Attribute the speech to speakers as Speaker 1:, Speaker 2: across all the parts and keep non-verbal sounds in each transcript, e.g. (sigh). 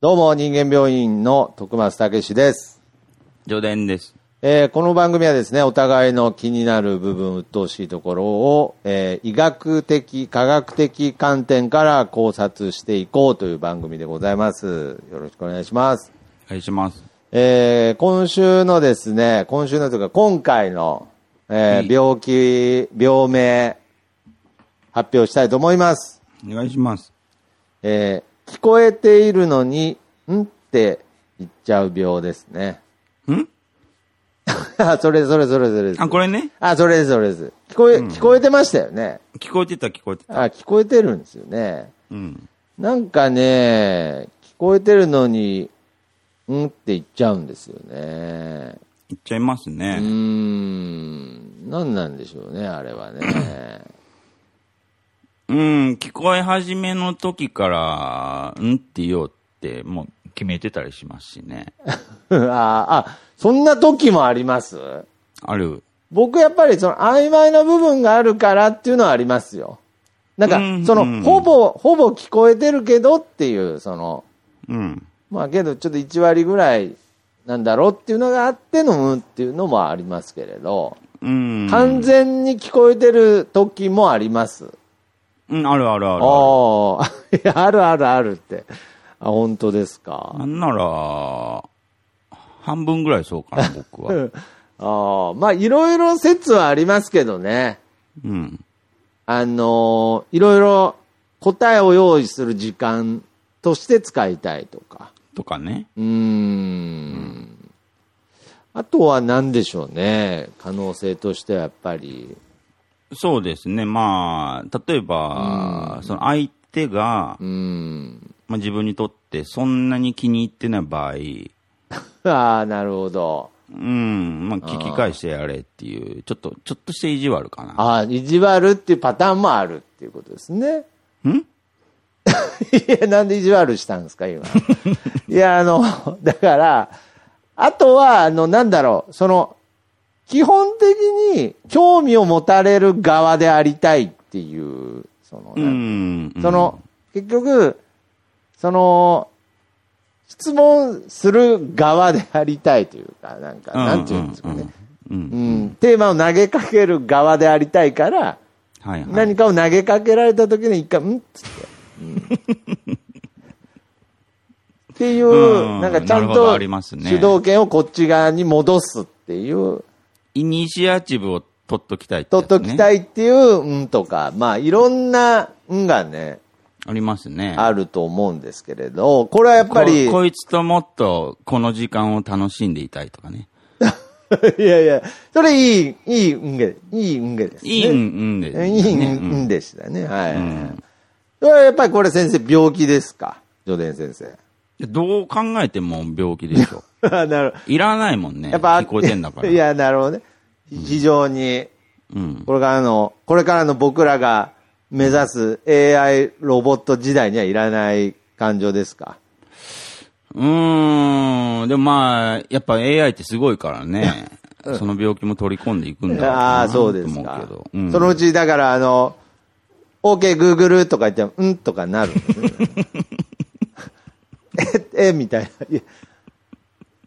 Speaker 1: どうも、人間病院の徳松武史です。
Speaker 2: 上田です。
Speaker 1: えーこの番組はですね、お互いの気になる部分、鬱陶しいところを、えー医学的、科学的観点から考察していこうという番組でございます。よろしくお願いします。
Speaker 2: お願いします。
Speaker 1: えー今週のですね、今週のというか、今回の、えー病気、病名、発表したいと思います。
Speaker 2: お願いします。
Speaker 1: えー聞こえているのに、んって言っちゃう病ですね。
Speaker 2: ん
Speaker 1: (laughs) あ、それそれそれそれです
Speaker 2: あ、これね、
Speaker 1: あ、それですそれです。聞こえ、聞こえてましたよね。
Speaker 2: 聞こえてた聞こえてた。
Speaker 1: あ、聞こえてるんですよね。
Speaker 2: うん。
Speaker 1: なんかね、聞こえてるのに、んって言っちゃうんですよね。
Speaker 2: いっちゃいます
Speaker 1: うー
Speaker 2: ね。
Speaker 1: ん、なんなんでしょうね、 (laughs) あれはね。
Speaker 2: うん、聞こえ始めの時から、うんって言おうって、もう決めてたりしますしね。
Speaker 1: あ、あ、そんな時もあります
Speaker 2: ある。
Speaker 1: 僕やっぱりその曖昧な部分があるからっていうのはありますよ。なんか
Speaker 2: うん、
Speaker 1: その、
Speaker 2: うん
Speaker 1: ほぼ、ほぼ聞こえてるけどっていう、その、
Speaker 2: うん。
Speaker 1: まあけどちょっと1割ぐらいなんだろうっていうのがあってのうんっていうのもありますけれど、
Speaker 2: うん。
Speaker 1: 完全に聞こえてる時もあります。
Speaker 2: うん、あるあるある。
Speaker 1: ああ、いや (laughs) あるあるあるって。あ、本当ですか。
Speaker 2: なんなら、半分ぐらいそう (laughs) かな、僕は。
Speaker 1: ああ、まあいろいろ説はありますけどね。
Speaker 2: うん。
Speaker 1: あのーいろいろ答えを用意する時間として使いたいとか。
Speaker 2: とかね。
Speaker 1: うーん。あとは何でしょうね。可能性としてはやっぱり。
Speaker 2: そうですね。まあ、例えば、その相手が、
Speaker 1: うーん。
Speaker 2: まあ、自分にとってそんなに気に入ってない場合、
Speaker 1: ああ、なるほど。
Speaker 2: うん、まあ、聞き返してやれっていう、ちょっと、ちょっとした意地悪かな。
Speaker 1: ああ、意地悪っていうパターンもあるっていうことですね。 (laughs)
Speaker 2: ん
Speaker 1: いや、なんで意地悪したんですか、今。いや、あの、だから、あとは、あの、なんだろう、その、基本的に興味を持たれる側でありたいっていう、その、
Speaker 2: う
Speaker 1: なん
Speaker 2: ん。
Speaker 1: その、結局、その、質問する側でありたいというか、なんか、
Speaker 2: うん、
Speaker 1: なんていうんですかね。
Speaker 2: うん。うん。
Speaker 1: うん、テーマを投げかける側でありたいから、
Speaker 2: はいはい。
Speaker 1: 何かを投げかけられた時に一回、んっつって。うん、っていうう、
Speaker 2: ん
Speaker 1: なんかちゃん
Speaker 2: なるほど
Speaker 1: と
Speaker 2: ありますね
Speaker 1: 主導権をこっち側に戻すっていう、
Speaker 2: イニシアチブを取っときたいってや
Speaker 1: 取っ
Speaker 2: つね
Speaker 1: ときたいっていう、うんとか、まあいろんな、うんがね、
Speaker 2: ありますね。
Speaker 1: あると思うんですけれど、これはやっぱり、
Speaker 2: こ。こいつともっとこの時間を楽しんでいたいとかね。
Speaker 1: いやいや、それいい、いい運ゲ、いい運ゲですね。
Speaker 2: いい、うん、うんで、
Speaker 1: いい
Speaker 2: ね。
Speaker 1: 運でしたね。はい。それはやっぱりこれ先生、病気ですかジョデン先生。
Speaker 2: どう考えても病気でしょ。
Speaker 1: なるほ
Speaker 2: いらないもん
Speaker 1: ど。
Speaker 2: ね。
Speaker 1: やっぱ、
Speaker 2: 聞こえてんだから。
Speaker 1: いや、なるほどね。非常に、
Speaker 2: うん。
Speaker 1: これからの、これからの僕らが目指す AI ロボット時代にはいらない感情ですか。
Speaker 2: うーん。でもまあ、やっぱ AI ってすごいからね。その病気も取り込んでいくんだろう
Speaker 1: あ
Speaker 2: な
Speaker 1: あ、
Speaker 2: と
Speaker 1: そう
Speaker 2: 思うけ
Speaker 1: です
Speaker 2: ど。
Speaker 1: か。
Speaker 2: うん
Speaker 1: そのうち、だから、あの、OK、Google とか言っても、うんとかなるんです (laughs) ね、え、え、みたいな。いや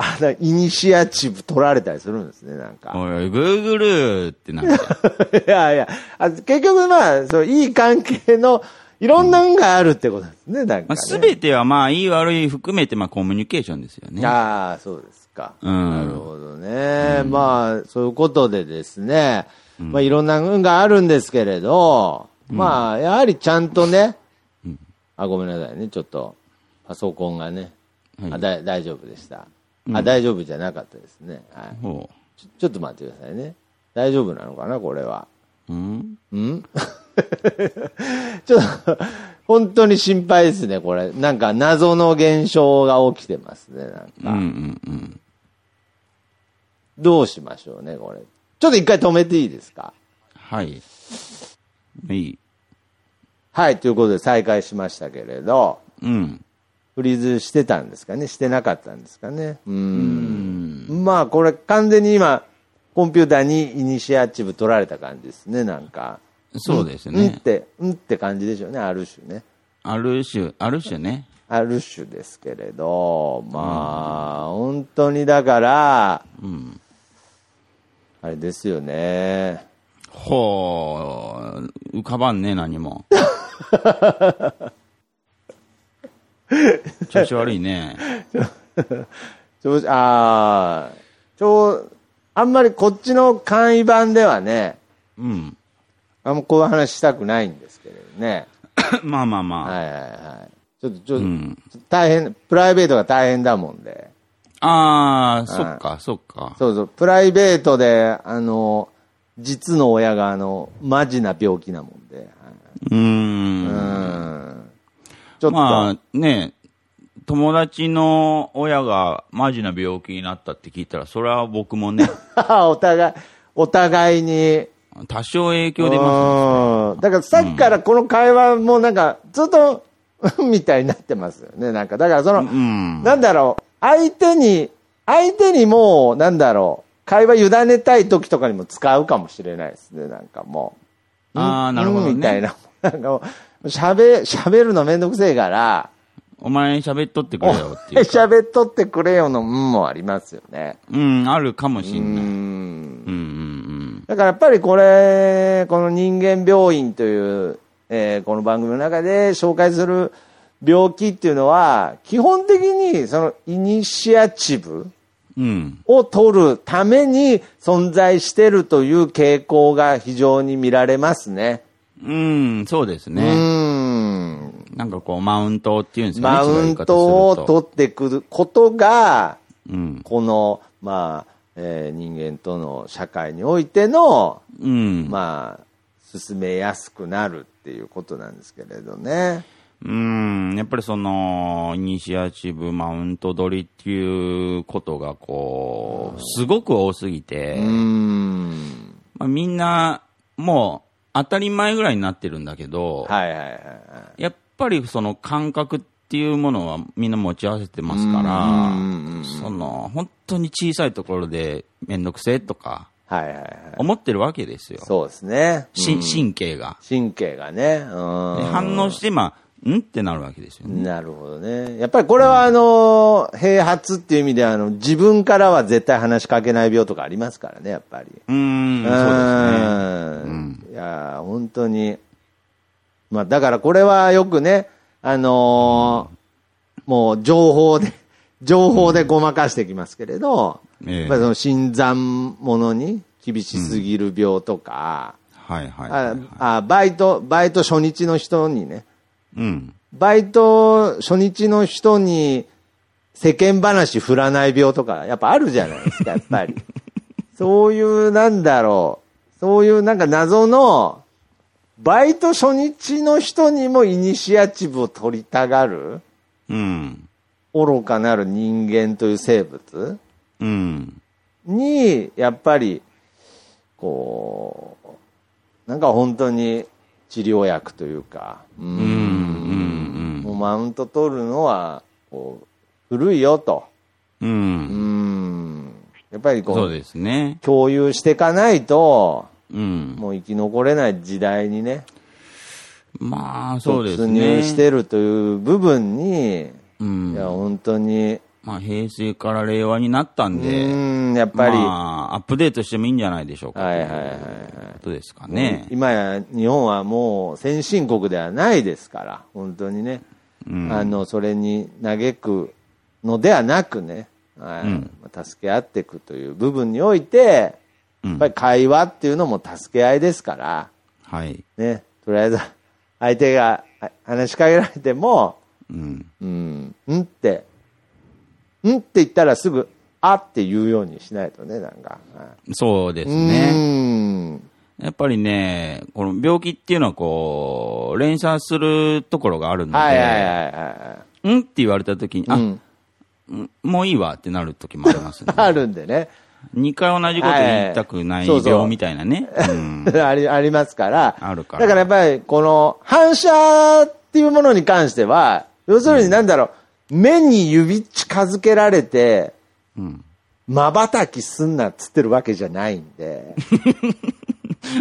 Speaker 1: あの、イニシアチブ取られたりするんですね、なんか。
Speaker 2: おい、グーグルってなっちゃ
Speaker 1: (laughs)
Speaker 2: う
Speaker 1: いやいや、あ結局まあ、そう、いい関係の、いろんな運があるってことですね、なん
Speaker 2: ま
Speaker 1: か、
Speaker 2: あ、す
Speaker 1: ね。
Speaker 2: べてはまあ、いい悪い含めて、まあ、コミュニケーションですよね。
Speaker 1: ああ、そうですか。
Speaker 2: うん
Speaker 1: なるほどね。まあ、そういうことでですね、まあ、いろんな運があるんですけれど、まあ、やはりちゃんとね、あ、ごめんなさいね、ちょっと、パソコンがね、あだい大丈夫でした。あ、大丈夫じゃなかったですね。はい
Speaker 2: ほ
Speaker 1: ちょちょっと待ってくださいね。大丈夫なのかな、これは。
Speaker 2: う。うん
Speaker 1: (laughs) ちょっと、本当に心配ですね、これ。なんか、謎の現象が起きてますね、なんか。
Speaker 2: うんうんうん。
Speaker 1: どうしましょうね、これ。ちょっと一回止めていいですか
Speaker 2: はい。いい。
Speaker 1: はい、ということで再開しましたけれど、
Speaker 2: うん。
Speaker 1: フリーズしてたんですかねしてなかったんですかねうーん。まあ、これ完全に今、コンピューターにイニシアチブ取られた感じですね、なんか。
Speaker 2: そうです
Speaker 1: うんっ
Speaker 2: ね。
Speaker 1: て、うんって感じでしょうね、ある種ね。
Speaker 2: ある種、ある種ね。
Speaker 1: ある種ですけれど、まあ、本当にだから、あれですよね。
Speaker 2: ほう、浮かばんね、何
Speaker 1: (laughs)
Speaker 2: も。調子悪いね。
Speaker 1: 調子、ああ、ちょう、あんまりこっちの簡易版ではね、
Speaker 2: うん。
Speaker 1: あんまこういう話したくないんですけれどね。
Speaker 2: まあまあまあ。
Speaker 1: はいはいはい。ちょっと、ちょっと、
Speaker 2: ん
Speaker 1: 大変、プライベートが大変だもんで。
Speaker 2: ああ、そっか、そっか。
Speaker 1: そうそう、プライベートで、あの、実の親が、あの、マジな病気なもんで。はいう
Speaker 2: ーん。
Speaker 1: うん。ちょっと、
Speaker 2: まあね、友達の親がマジな病気になったって聞いたら、それは僕
Speaker 1: (laughs)
Speaker 2: もね、
Speaker 1: お互い、お互いに。
Speaker 2: 多少影響出ま
Speaker 1: うん。だからさっきからこの会話もなんか、ずっと、みたいになってますよね。なんか、だからその、
Speaker 2: す。うん。
Speaker 1: なんだろう、相手に、相手にもう、なんだろう、会話委ねたい時とかにも使うかもしれないですね、なんかもう。
Speaker 2: あー
Speaker 1: うん
Speaker 2: なるほどね
Speaker 1: うんみたいな。なんかもう、喋、喋るのめんどくせえから、
Speaker 2: お前喋っとってくれよっていう
Speaker 1: (laughs)
Speaker 2: か。
Speaker 1: 喋っとってくれよの、うんもありますよね。
Speaker 2: うん、あるかもし
Speaker 1: うん
Speaker 2: ない。
Speaker 1: ん。
Speaker 2: うんうん
Speaker 1: だからやっぱりこれ、この人間病院という、えーこの番組の中で紹介する病気っていうのは、基本的にそのイニシアチブ、
Speaker 2: うん。うん。
Speaker 1: を取るために存在してるという傾向が非常に見られますね。
Speaker 2: うん、そうです
Speaker 1: う
Speaker 2: ね。
Speaker 1: ーん。
Speaker 2: なんかこう、マウントっていうんですかね。
Speaker 1: マウントを取ってくることが、
Speaker 2: 違う言い方するとうん。
Speaker 1: この、まあ、えー人間との社会においての、
Speaker 2: うん。
Speaker 1: まあ、進めやすくなるっていうことなんですけれどね。
Speaker 2: うん。やっぱりその、イニシアチブマウント取りっていうことがこう、すごく多すぎて、
Speaker 1: うーん。
Speaker 2: まあ、みんな、もう、当たり前ぐらいになってるんだけど、
Speaker 1: はいはいはいはい。
Speaker 2: やっぱりその感覚っていうものはみんな持ち合わせてますか
Speaker 1: うんうんうん
Speaker 2: ら、その、本当に小さいところでめんどくせえとか、
Speaker 1: はいはいはい。
Speaker 2: 思ってるわけですよ。
Speaker 1: そうですね。
Speaker 2: し神経が。
Speaker 1: 神経がね。うん。
Speaker 2: で反応して、まあ、んってなるわけですよね。
Speaker 1: なるほどね。やっぱりこれはあの、併発っていう意味ではあの、自分からは絶対話しかけない病とかありますからね、やっぱり。
Speaker 2: うーん、そうですね。
Speaker 1: んいやー、本当に。まあ、だからこれはよくね、あのーもう情報で、 (laughs) 情報でごまかしてきますけれど、
Speaker 2: うんええ
Speaker 1: やっぱりその新参者に厳しすぎる病とか、
Speaker 2: はいはいはいは
Speaker 1: あ
Speaker 2: い。
Speaker 1: あバイト、バイト初日の人にね、
Speaker 2: うん。
Speaker 1: バイト初日の人に世間話振らない病とか、やっぱあるじゃないですか、やっぱり。そういう、なんだろう。そういうなんか謎の、バイト初日の人にもイニシアチブを取りたがる、
Speaker 2: うん。
Speaker 1: 愚かなる人間という生物
Speaker 2: うん。
Speaker 1: に、やっぱり、こう、なんか本当に治療薬というか、うん
Speaker 2: うん。うん。
Speaker 1: もうマウント取るのは、こう、古いよと。
Speaker 2: う。
Speaker 1: うんん。やっぱりこ
Speaker 2: そう
Speaker 1: う、
Speaker 2: ですね。
Speaker 1: 共有していかないと、
Speaker 2: うん。
Speaker 1: もう生き残れない時代にね、
Speaker 2: まあ、そうです
Speaker 1: 突
Speaker 2: ね。
Speaker 1: 入してるという部分に、
Speaker 2: うん
Speaker 1: いや、本当に、
Speaker 2: まあ、平成から令和になったん
Speaker 1: う
Speaker 2: で、
Speaker 1: ん、やっぱり、
Speaker 2: まあ、アップデートしてもいいんじゃないでしょうか。
Speaker 1: はいはいはいはい
Speaker 2: ということですかね。
Speaker 1: 今や日本はもう先進国ではないですから、本当にね、あのそれに嘆くのではなくね、はい助け合っていくという部分において、やっぱり会話っていうのも助け合いですから、
Speaker 2: はい。
Speaker 1: ね、とりあえず相手があ話しかけられても、
Speaker 2: うん。
Speaker 1: うん、うんって、うんって言ったらすぐ、あって言うようにしないとね、なんか。は
Speaker 2: そうです
Speaker 1: い
Speaker 2: ね。
Speaker 1: うん
Speaker 2: やっぱりね、この病気っていうのはこう、連鎖するところがあるので、
Speaker 1: はいはいはいはいはい。
Speaker 2: うんって言われた時に、あ、
Speaker 1: うん。
Speaker 2: うんもういいわってなる時もありますね
Speaker 1: (laughs) あるんでね。
Speaker 2: 二回同じこと言いたくない
Speaker 1: はいそうそう
Speaker 2: 病みたいなね。うん。
Speaker 1: (laughs) あり、ありますから。
Speaker 2: あるから
Speaker 1: だからやっぱり、この、反射っていうものに関しては、要するになんだろう、目に指近づけられて、
Speaker 2: うん。
Speaker 1: 瞬きすんなっつってるわけじゃないんで。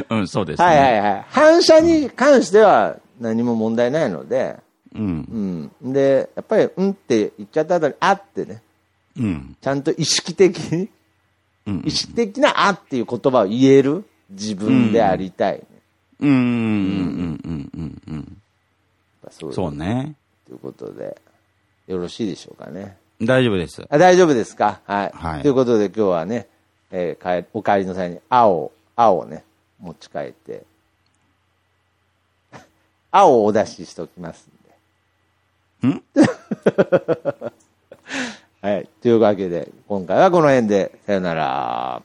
Speaker 2: うん、そうですね。
Speaker 1: はいはいはい。反射に関しては何も問題ないので、
Speaker 2: うん。
Speaker 1: うん。で、やっぱり、うんって言っちゃった後に、あってね、
Speaker 2: うん。
Speaker 1: ちゃんと意識的に、
Speaker 2: うん
Speaker 1: 意識的なあっていう言葉を言える自分でありたい、ね。
Speaker 2: うん。うん。うん。うん。うん。
Speaker 1: やっぱそう
Speaker 2: そう
Speaker 1: ね。
Speaker 2: ね。
Speaker 1: ということで、よろしいでしょうかね。
Speaker 2: 大丈夫です。
Speaker 1: あ大丈夫ですかはい。
Speaker 2: はい
Speaker 1: ということで今日はね、えー帰お帰りの際に青、青をね、持ち帰って、 (laughs) 青をお出ししておきますんで。 (laughs)
Speaker 2: ん
Speaker 1: はい。というわけで、今回はこの辺で、さよなら。